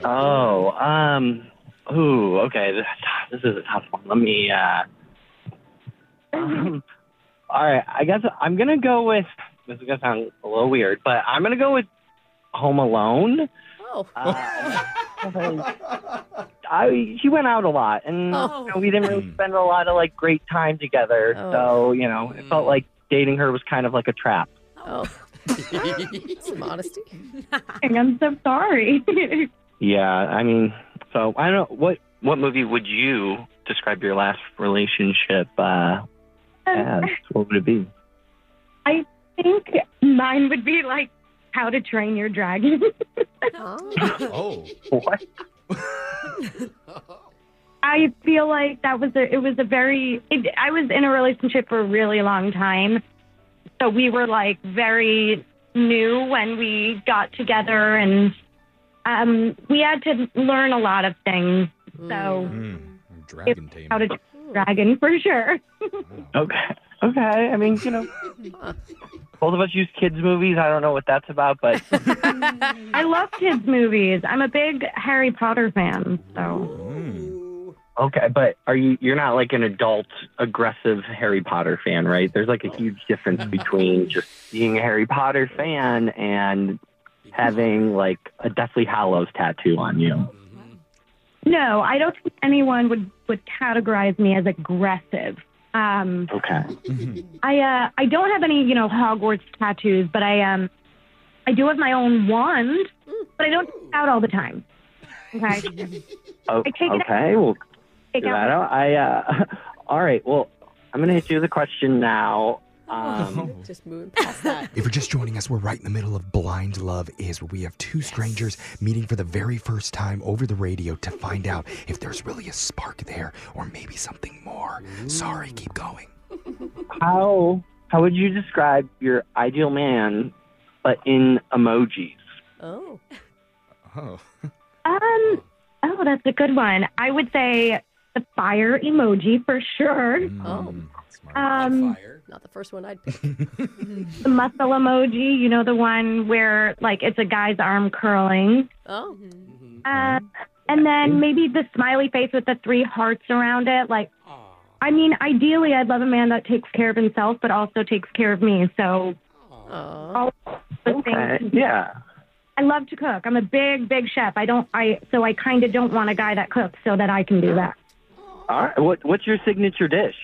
Oh, um, ooh, okay. This, this is a tough one. Let me. Uh, um, all right, I guess I'm gonna go with. This is gonna sound a little weird, but I'm gonna go with Home Alone.
Oh.
I she went out a lot, and
Oh.
you know, we didn't really spend a lot of like great time together. So you know, it felt like dating her was kind of like a trap.
Hmm. Oh. Some honesty.
I'm so sorry.
Yeah, I mean, so I don't know what what movie would you describe your last relationship uh, as? What would it be?
I think mine would be like How to Train Your Dragon.
Oh.
What?
I feel like that was a it was a very it, I was in a relationship for a really long time. So we were like very new when we got together and um we had to learn a lot of things. So
Hmm, dragon
it, how to dragon for sure.
Okay. Okay. I mean, you know, both of us use kids movies. I don't know what that's about, but
I love kids movies. I'm a big Harry Potter fan. So
Mm. okay. But are you? You're not like an adult, aggressive Harry Potter fan, right? There's like a huge difference between just being a Harry Potter fan and having like a Deathly Hallows tattoo on you.
no, I don't think anyone would would categorize me as aggressive. Um
Okay.
I uh, I don't have any, you know, Hogwarts tattoos, but I um I do have my own wand, but I don't take it out all the time. Okay.
O-
I take it
Oh, okay. Well,
Take
figure
out-
that out. I. Uh, all right. Well, I'm gonna hit you with a question now. Um,
Just moving past that.
If you're just joining us, we're right in the middle of Blind Love Is, where we have two strangers meeting for the very first time over the radio to find out if there's really a spark there or maybe something more. Sorry, keep going.
How how would you describe your ideal man, but in emojis?
Oh.
Oh.
Um oh, that's a good one. I would say the fire emoji for sure.
Oh.
Um
Not the first one I'd pick.
the muscle emoji, you know the one where like it's a guy's arm curling.
Oh.
Uh, and then maybe the smiley face with the three hearts around it. Like, I mean, ideally, I'd love a man that takes care of himself, but also takes care of me. So, all the
Okay.
things.
Yeah.
I love to cook. I'm a big, big chef. I don't, I, so I kind of don't want a guy that cooks so that I can do that.
All right. What what's your signature dish?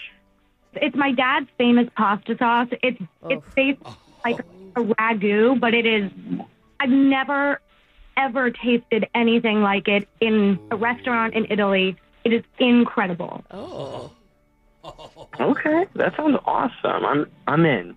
It's my dad's famous pasta sauce. It's, it's based
Oh.
like a ragu, but it is, I've never, ever tasted anything like it in a restaurant in Italy. It is incredible.
Oh.
Okay, that sounds awesome. I'm I'm in.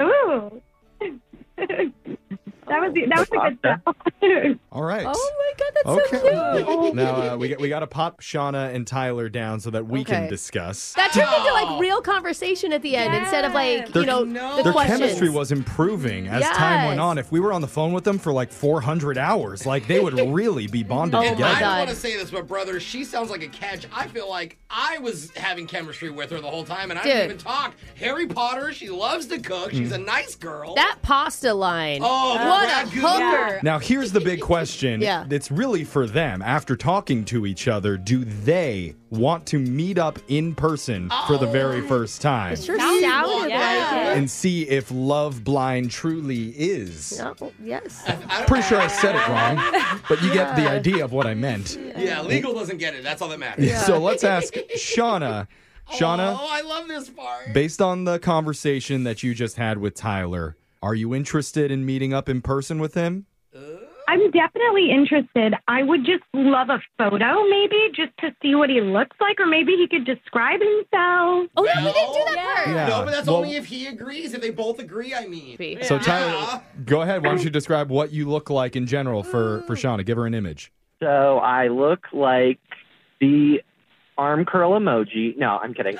Ooh. that was the, that was a good
Pasta.
All right.
Oh my god,
okay. now uh, we got we got to pop Shauna and Tyler down so that we can
Okay.
discuss.
That turned into like real conversation at the end instead of like you know the
their
questions.
chemistry was improving as time went
Yes.
on. If we were on the phone with them for like 400 hours, like they would really be
Oh
bonded
and
together.
I don't want to say this, but brother, she sounds like a catch. I feel like I was having chemistry with her the whole time, and I
Dude.
didn't even talk. Harry Potter, she loves to cook. She's
Mm.
a nice girl.
That pasta line.
Oh, the
what a
ragu.
hooker!
Now here's the big question.
Yeah.
It's really for them. After talking to each other, do they want to meet up in person for the very first time?
It sure sounded like it.
And see if love blind truly is.
No, yes.
Pretty sure I said it wrong, but you get the idea of what I meant.
yeah, legal doesn't get it. That's all that matters.
So let's ask Shauna. Shauna,
Oh, I love this part.
based on the conversation that you just had with Tyler, are you interested in meeting up in person with him?
I'm definitely interested. I would just love a photo, maybe, just to see what he looks like, or maybe he could describe himself.
Oh, yeah, we didn't do that part.
Yeah.
No, but that's
Well-
only if he agrees. If they both agree, I mean.
So
Yeah.
Tyler, go ahead. Why don't you describe what you look like in general for for Shauna? Give her an image.
So I look like the arm curl emoji. No, I'm kidding.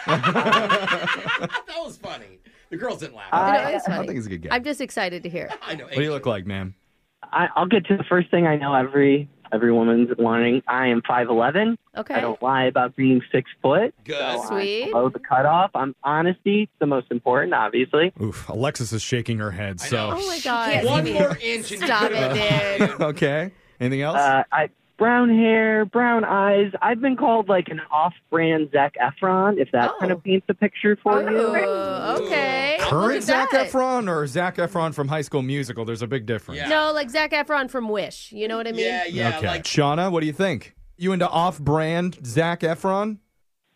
that was funny. The girls didn't laugh.
I-
No, it's
I
funny.
think it's a good guess.
I'm just excited to hear.
I know.
What do you look like, ma'am?
I, I'll get to the first thing I know. Every every woman's wanting. I am five eleven.
Okay.
I don't lie about being six foot.
Good.
Sweet.
Below the cutoff. I'm honesty. It's the most important, obviously.
Oof, Alexis is shaking her head. So,
Oh my god.
Yes, One more inch and
Stop
you
Oh,
could've-
it, dude.
okay. Anything else?
Uh, I brown hair, brown eyes. I've been called like an off-brand Zac Efron. If that kind of paints a picture for you.
Oh, okay. Look at
Current Zac
that.
Efron or Zac Efron from High School Musical? There's a big difference.
Yeah.
No, like Zach Efron from Wish. You know what I mean?
Yeah, yeah.
okay.
Like,
Shauna, what do you think? You into off-brand Zac Efron?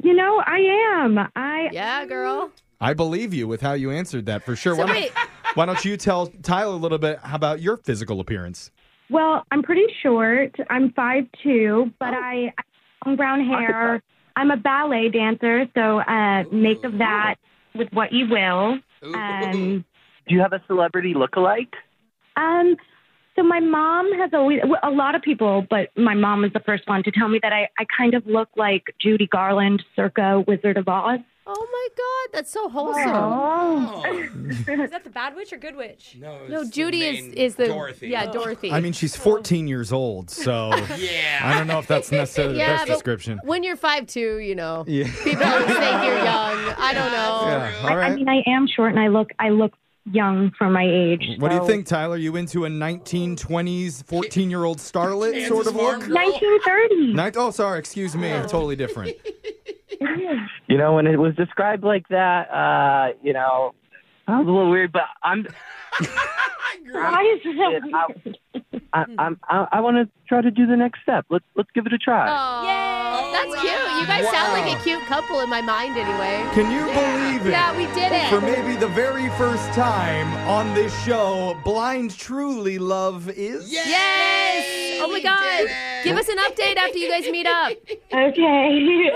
You know, I am. I
Yeah, girl.
I believe you with how you answered that for sure.
So
why,
wait.
don't, why don't you tell Tyler a little bit about your physical appearance?
Well, I'm pretty short. I'm five two, but I,
Oh.
I have long brown hair. I'm a ballet dancer, so uh, make of that with what you will. Um,
Do you have a celebrity look-alike?
um, so my mom has always well, a lot of people, but my mom was the first one to tell me that I, I kind of look like Judy Garland, circa Wizard of Oz.
Oh my god, that's so wholesome.
oh.
Is that the bad witch or good witch?
No,
No,
it's the
Judy is
main
is the
Dorothy.
yeah Dorothy.
I mean, she's 14 years old, so
Yeah.
I don't know if that's necessarily the best
but
description.
When you're five two, you know,
Yeah.
people always think you're young. I don't know.
Yeah. All
I, I
right.
mean, I am short, and I look I look young for my age.
What do you
so-
think, Tyler? You into a 1920s 14 year old starlet
Kansas
sort of
farm
look?
girl.
1930.
Ninth, oh, sorry. Excuse me. Totally different.
You know, when it was described like that, uh, you know, sounds a little weird, but I'm
I agree.
Why is that
I, I, I'm, I, I want to try to do the next step. Let's let's give it a try.
Aw,
Yay.
that's cute. You guys sound like a cute couple in my mind, anyway.
Can you believe it?
Yeah, we did it.
For maybe the very first time on this show, Blind Truly Love is.
Yay!
Yes. Oh my
We
god.
did it.
Give us an update after you guys meet up.
Okay.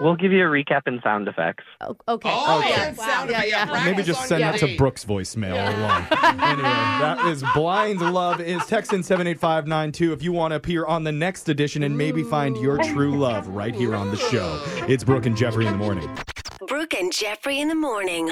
We'll give you a recap and sound effects.
O- Okay.
Oh,
Okay.
and sound
Yeah,
effect.
yeah.
Practice
Maybe just
on
send that to
Dave.
Brooks voicemail alone. anyway, that is Blind Love is text in 78592 if you want to appear on the next edition and maybe find your true love right here on the show. It's Brooke and Jeffrey in the morning.
Brooke and Jeffrey in the morning.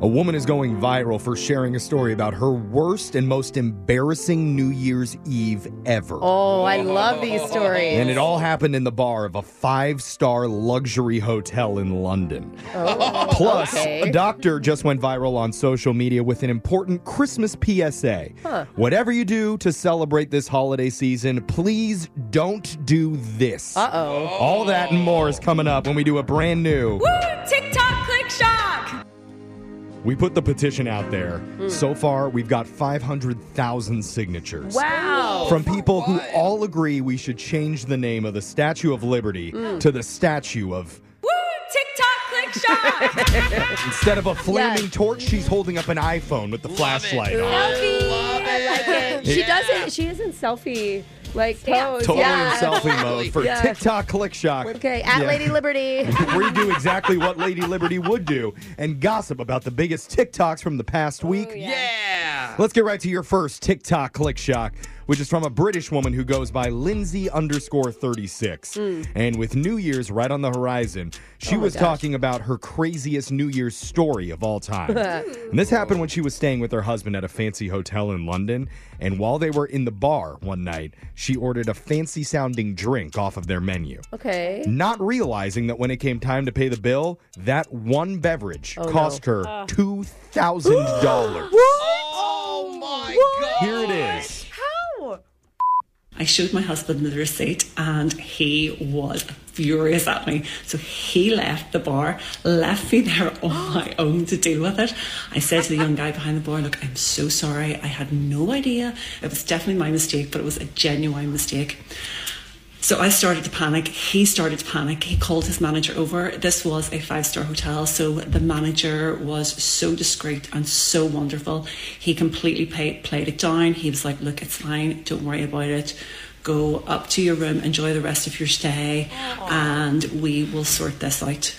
A woman is going viral for sharing a story about her worst and most embarrassing New Year's Eve ever.
Oh, I love these stories.
And it all happened in the bar of a five star luxury hotel in London.
Oh,
Plus,
Oh, okay.
a doctor just went viral on social media with an important Christmas PSA. Whatever you do to celebrate this holiday season, please don't do this.
Uh oh.
All that and more is coming up when we do a brand new.
Woo! TikTok click shock.
We put the petition out there.
Hmm.
So far, we've got 500,000 signatures.
Wow.
From people who all agree we should change the name of the Statue of Liberty
Hmm.
to the Statue of.
Woo! TikTok click shock.
Instead of a flaming
Yes.
torch, she's holding up an iPhone with the flashlight on.
I love it.
She
Yeah.
doesn't. She isn't selfie like pose.
Totally
yeah.
in selfie mode for
Yeah.
TikTok click shock.
Okay, at
Yeah.
Lady Liberty.
where you do exactly what Lady Liberty would do and gossip about the biggest TikToks from the past week.
yeah.
Let's get right to your first TikTok click shock, which is from a British woman who goes by Lindsay underscore 36.
Mm.
And with New Year's right on the horizon, she
my
was
gosh.
talking about her craziest New Year's story of all time. and this happened when she was staying with her husband at a fancy hotel in London. And while they were in the bar one night, she ordered a fancy sounding drink off of their menu
Okay.
not realizing that when it came time to pay the bill, that one beverage
Oh,
cost
no.
her
Ah.
two thousand dollars.
Oh my god.
Here it is.
How?
I showed my husband the receipt and he was furious at me. So he left the bar, left me there on my own to deal with it. I said to the young guy behind the bar, Look, I'm so sorry. I had no idea. It was definitely my mistake, but it was a genuine mistake. So I started to panic. He started to panic. He called his manager over. This was a five star hotel, so the manager was so discreet and so wonderful. He completely played, played it down. He was like, Look, it's fine. Don't worry about it. Go up to your room, enjoy the rest of your stay, and we will sort this out.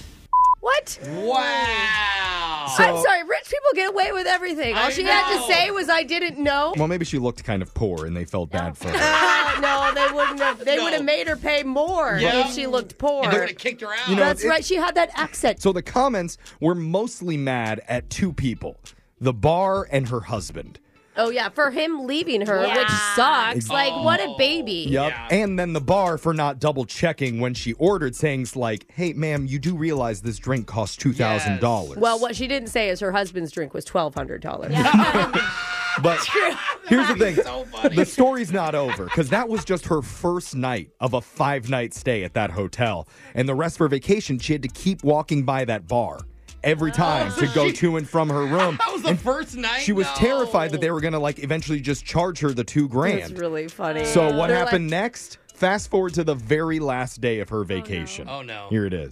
What?
Wow.
I'm
So-
sorry. Rich people get away with everything. All
I
she had
know.
to say was, "I didn't know."
Well, maybe she looked kind of poor and they felt bad for her.
Ah, no, they wouldn't have. They would have made her pay more
Yeah.
if she looked poor.
And they would've
kicked her
You know,
That's
it-
right. She had that accent.
So the comments were mostly mad at two people the bar and her husband.
Oh yeah, for him leaving her,
Yeah.
which sucks. Like, what
Oh.
a baby.
Yep. And then the bar for not double checking when she ordered, things like, hey, ma'am, you do realize this drink costs $2,000.
Well, what she didn't say is her husband's drink was twelve hundred dollars.
But here's the thing
So funny.
the story's not over because that was just her first night of a five night stay at that hotel. And the rest of her vacation, she had to keep walking by that bar
Oh.
every time to go to and from her room.
That was the first night.
She was terrified that they were going to like eventually just charge her the two
It's
grand.
really funny.
So what
They're
happened
like-
next? Fast forward to the very last day of her vacation.
Oh, no.
Here it is.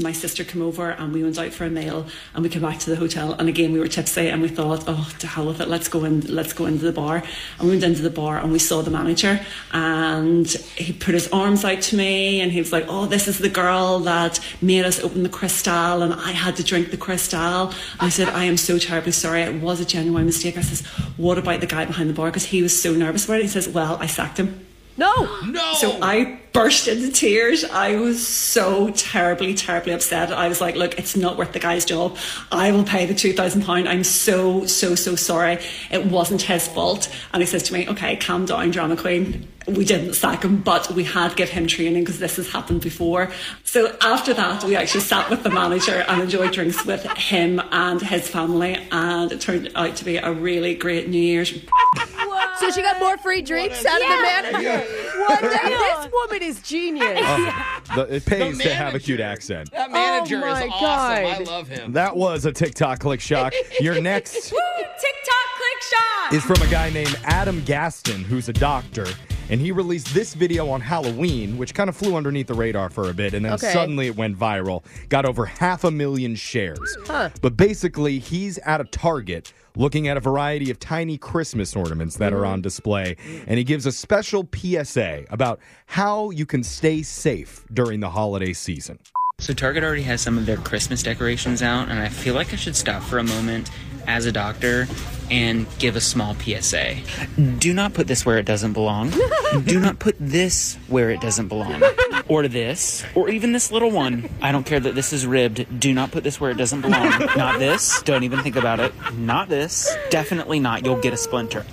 my sister came over and we went out for a meal and we came back to the hotel and again we were tipsy and we thought oh to hell with it let's go in let's go into the bar and we went into the bar and we saw the manager and he put his arms out to me and he was like oh this is the girl that made us open the crystal and I had to drink the crystal I said I am so terribly sorry it was a genuine mistake I says what about the guy behind the bar because he was so nervous about it he says well I sacked him
no,
no.
So I burst into tears. I was so terribly, terribly upset. I was like, "Look, it's not worth the guy's job. I will pay the two thousand pound. I'm so, so, so sorry. It wasn't his fault." And he says to me, "Okay, calm down, drama queen. We didn't sack him, but we had give him training because this has happened before." So after that, we actually sat with the manager and enjoyed drinks with him and his family, and it turned out to be a really great New Year's.
So she got more free drinks out of the manager. What the- This woman is genius.
Oh, the- it pays to have a cute accent.
That manager
Oh
is
my
awesome. I
God.
love him.
That was a TikTok click shock. Your next
Woo! TikTok click shot.
is from a guy named Adam Gaston, who's a doctor. And he released this video on Halloween, which kind of flew underneath the radar for a bit. And then
Okay.
suddenly it went viral, got over half a million shares.
Huh.
But basically, he's at a Target looking at a variety of tiny Christmas ornaments that
Mm.
are on display. And he gives a special PSA about how you can stay safe during the holiday season.
So Target already has some of their Christmas decorations out, and I feel like I should stop for a moment as a doctor and give a small PSA. Do not put this where it doesn't belong. Do not put this where it doesn't belong. Or this, or even this little one. I don't care that this is ribbed. Do not put this where it doesn't belong. Not this. Don't even think about it. Not this. Definitely not. You'll get a splinter.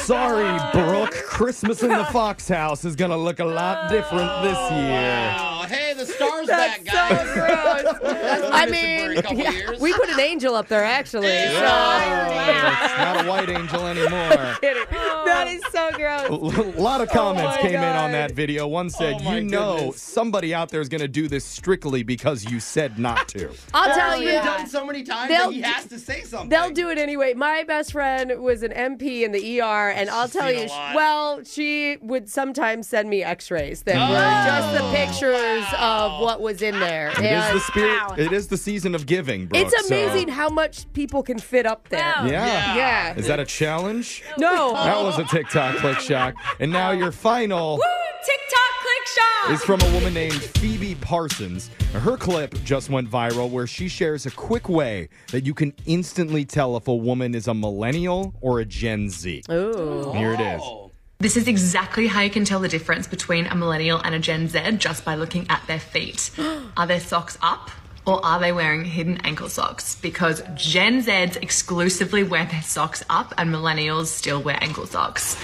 Sorry, Brooke. Christmas in the Fox House is going to look a lot different this year.
Oh, hey, the star's back, guys.
I mean, yeah, we put an angel up there actually.
It's not a white angel anymore.
So. That is so gross.
A lot of comments
Oh my
came in on
God.
that video. One said, You know, somebody out there is going to do this strictly because you said not to.
I'll
That's
tell
been
you.
done so many times
They'll-
that he has to say something.
They'll do it anyway. My best friend was an MP in the ER, and I'll tell
seen a
you,
lot. Oh.
well, she would sometimes send me x rays that were just the pictures of what
what was in there.
It is the
And-
spirit. It is the season of giving, Brooke.
It's
so-
amazing how much people can fit up there.
Yeah.
Yeah.
Is that a challenge?
No.
That was a TikTok click shock. And now your final
Woo! TikTok click shop.
is from a woman named Phoebe Parsons. Her clip just went viral where she shares a quick way that you can instantly tell if a woman is a millennial or a Gen Z.
Ooh.
Here it is.
Oh.
This is exactly how you can tell the difference between a millennial and a Gen Z just by looking at their feet. Are their socks up? Or are they wearing hidden ankle socks? Because Gen Zs exclusively wear their socks up and millennials still wear ankle socks.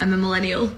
I'm a millennial.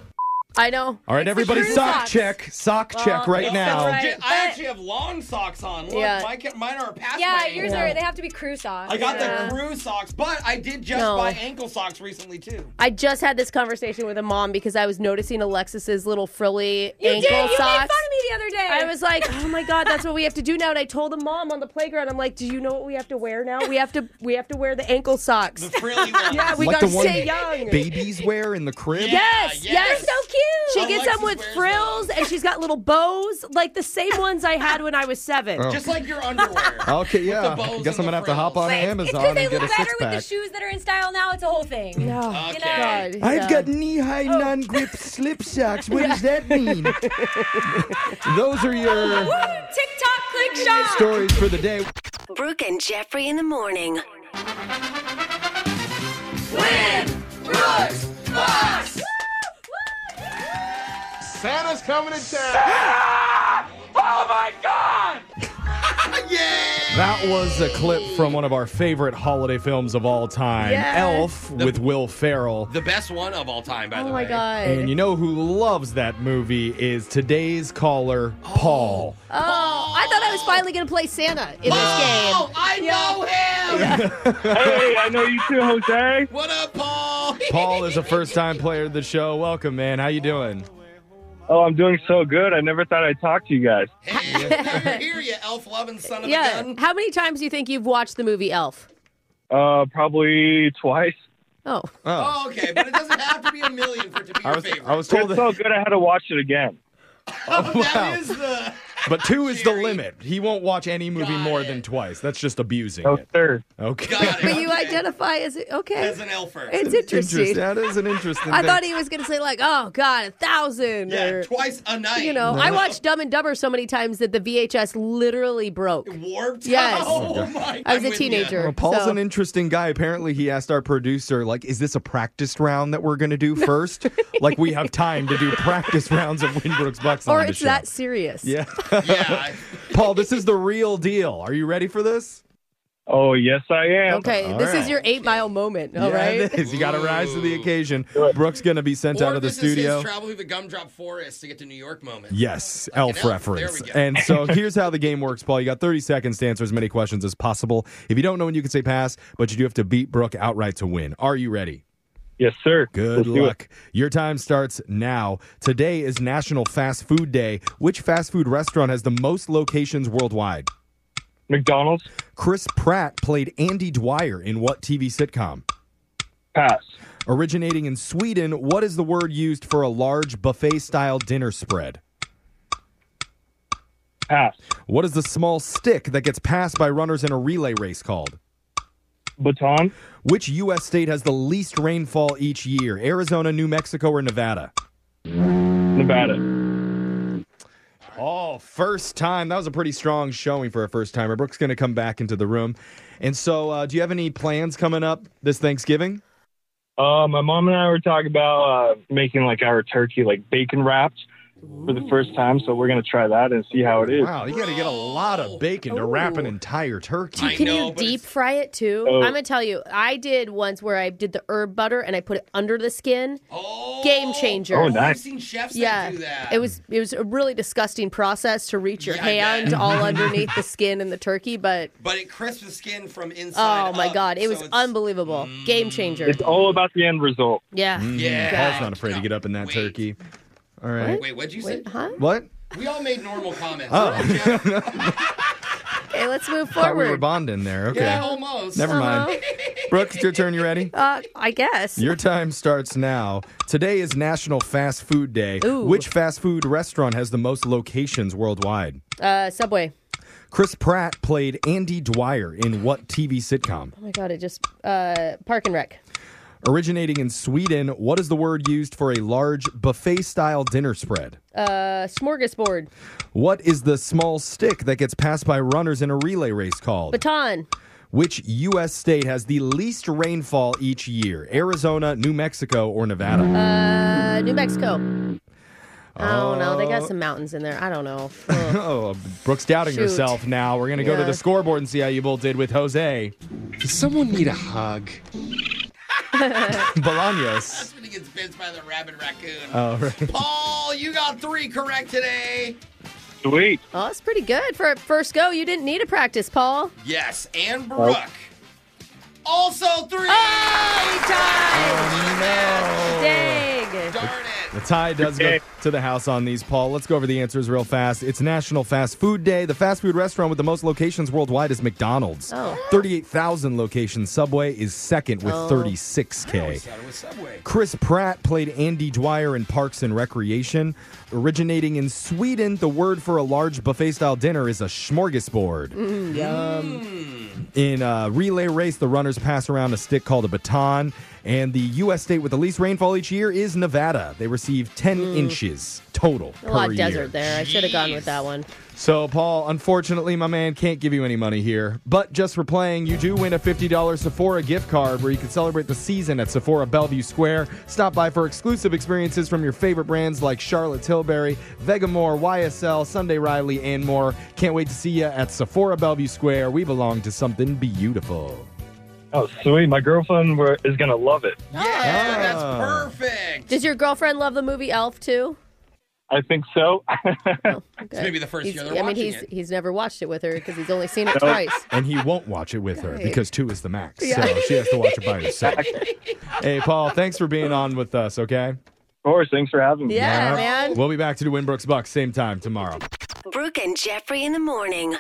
I know.
All right,
It's the
everybody,
true
sock
socks.
check. Sock check right now.
I actually have long socks on. Look,
Yeah.
my, mine are past
Yeah,
my
yours
ankle.
are. They have to be crew socks.
I got
Yeah.
the crew socks, but I did just
No.
buy ankle socks recently too.
I just had this conversation with a mom because I was noticing Alexis's little frilly
You
ankle
did. You made fun
socks.
of me the other day.
I was like, oh my god, that's what we have to do now. And I told the mom on the playground, I'm like, do you know what we have to wear now? We have to we have to wear the ankle socks. The
frilly
ones. Yeah, we
like
gotta
the one
stay young.
babies wear in the crib.
yes, yes,
They're so cute.
She gets them with frills, and she's got little bows, like the same ones I had when I was seven.
Oh. Just
like your underwear.
Okay, yeah.
bows and
Guess I'm
the
gonna have to hop on
Wait,
Amazon
they
and get
look better
a six
with the
pack.
shoes that are in style now. It's a whole thing.
Yeah.
You
Okay.
know?
I've got knee-high
Oh.
non-grip slip socks. What does that mean? Those are your
TikTok click shop.
stories for the day.
Brooke and Jeffrey in the morning.
Santa's coming to
Ah!
town. Oh my God!
That was a clip from one of our favorite holiday films of all time,
Yes.
Elf,
The-
with Will Ferrell.
The best one of all time,
Oh
by the way.
And you know who loves that movie is today's caller, Paul.
Oh, I thought I was finally gonna play Santa in this game.
Oh, I know
Oh.
him.
Oh.
hey, I know you too, Jose.
What up, Paul?
Paul is a first-time player of the show. Welcome, man. How you doing?
Oh, I'm doing so good. I never thought I'd talk to you guys.
Here, here, you elf loving son of a
yeah.
gun.
How many times do you think you've watched the movie Elf?
Uh, probably twice.
Oh.
Oh, okay, but it doesn't have to be a million for it to be
I
your
was-
favorite.
Oh, I was told
it's so good I had to watch it again.
Oh, wow.
That is the.
But two is the limit. He won't watch any movie more than twice. That's just abusing oh, it.
Sir.
Okay.
But you identify as okay.
As an elfer.
It's interesting.
Interest- That is an interesting
I
thing.
thought he was gonna say like, oh god, a thousand.
Yeah,
or-
twice a night.
You know, I watched Dumb and Dumber so many times that the VHS literally broke.
Warped.
Yes.
Oh my.
I was
I'm
a
with ya.
teenager.
Well, Paul's
so-
an interesting guy. Apparently, he asked our producer, like, is this a practice round that we're going to do first? like, we have time to do practice rounds of Winbrook's Bucks
or
on the
it's
show.
that serious.
Yeah. yeah. Paul, this is the real deal. Are you ready for this?
Oh, yes, I am.
Okay, this is your eight mile moment. All
yeah,
right.
it is. You got to rise to the occasion. Brooke's going to be sent
Or
out of the
this Is
studio.
his travel through the gumdrop forest to get to New York moment.
Yes,
Like an
elf,
elf.
reference.
There we go.
And so here's how the game works, Paul. You got 30 seconds to answer as many questions as possible. If you don't know when you can say pass, but you do have to beat Brooke outright to win. Are you ready?
Yes, sir.
Good
Let's do it.
luck. Your time starts now. Today is National Fast Food Day. Which fast food restaurant has the most locations worldwide?
McDonald's.
Chris Pratt played Andy Dwyer in what TV sitcom?
Pass.
Originating in Sweden, what is the word used for a large buffet style dinner spread?
Pass.
What is the small stick that gets passed by runners in a relay race called?
Baton.
Which U.S. state has the least rainfall each year? Arizona, New Mexico, or Nevada?
Nevada.
Oh, first time. That was a pretty strong showing for a first timer. Brooke's going to come back into the room. And so, uh, do you have any plans coming up this Thanksgiving?
Uh, my mom and I were talking about uh, making like our turkey like bacon wrapped for the first time, so we're gonna try that and see how it is.
Wow, you got to get a lot of bacon to wrap an entire turkey.
Dude, can you deep fry it too?
Oh.
I'm gonna tell you, I did once where I did the herb butter and I put it under the skin. Oh, game changer.
Oh, I've seen chefs
Yeah,
that do that.
it was it was a really disgusting process to reach your
Yeah, I
hand
bet.
all underneath the skin and the turkey, but
But it crisps the skin from inside.
oh my
up,
god, it
so
was
it's- Mm.
unbelievable. game changer.
It's all about the end result.
yeah,
Mm, Paul's not afraid to get up in that turkey. All right.
Wait, what'd you say?
What?
We all made normal comments.
Oh.
Okay, let's move
Thought we were
forward.
bonding there. Okay.
Yeah, almost.
Never mind. Brooke, it's your turn. You ready?
Uh, I guess.
Your time starts now. Today is National Fast Food Day.
Ooh.
Which fast food restaurant has the most locations worldwide?
Uh, Subway.
Chris Pratt played Andy Dwyer in what TV sitcom?
Oh my God, it just. Uh, Park and Rec.
Originating in Sweden, what is the word used for a large buffet style dinner spread?
Uh, smorgasbord.
What is the small stick that gets passed by runners in a relay race called?
Baton.
Which U.S. state has the least rainfall each year? Arizona, New Mexico, or Nevada?
Uh, New Mexico. I don't know. They got some mountains in there. I don't know.
oh, Brooke's doubting
Shoot.
herself now. We're going to go to
Yeah.
the scoreboard and see how you both did with Jose. Does someone need a hug? Bolaños.
He gets bit by the rabid raccoon.
Oh, right.
Paul, you got three correct today.
Sweet.
Oh, that's pretty good for a first go. You didn't need a practice, Paul.
Yes, and
Oh.
Brooke. Also three.
Dang.
The tie does go to the house on these, Paul. Let's go over the answers real fast. It's National Fast Food Day. The fast food restaurant with the most locations worldwide is McDonald's.
Oh.
38,000 locations. Subway is second with
Oh.
36K. Chris Pratt played Andy Dwyer in Parks and Recreation. Originating in Sweden, the word for a large buffet style dinner is a smorgasbord.
Mm, yum.
In a relay race, the runners pass around a stick called a baton. And the U.S. state with the least rainfall each year is Nevada. They receive 10 inches total
Hmm. A lot
per
of
year.
desert there. I should have gone with that one.
So, Paul, unfortunately, my man can't give you any money here. But just for playing, you do win a $50 Sephora gift card where you can celebrate the season at Sephora Bellevue Square. Stop by for exclusive experiences from your favorite brands like Charlotte Tilbury, Vegamore, YSL, Sunday Riley, and more. Can't wait to see you at Sephora Bellevue Square. We belong to something beautiful.
Oh, sweet. My girlfriend were- is going to love it.
that's
Ah.
perfect. Does your girlfriend love the movie Elf too?
I think so.
It's
maybe the first year they're
I mean,
watching
he's
it.
he's never watched it with her because he's only seen it twice.
And he won't watch it with her
Right.
because two is the max.
Yeah.
So she has to watch it by herself. hey, Paul, thanks for being on with us, okay? Of
course. Thanks for having
me. Yeah, man.
We'll be back to do Winbrook's Bucks same time tomorrow.
Brooke and Jeffrey in the morning.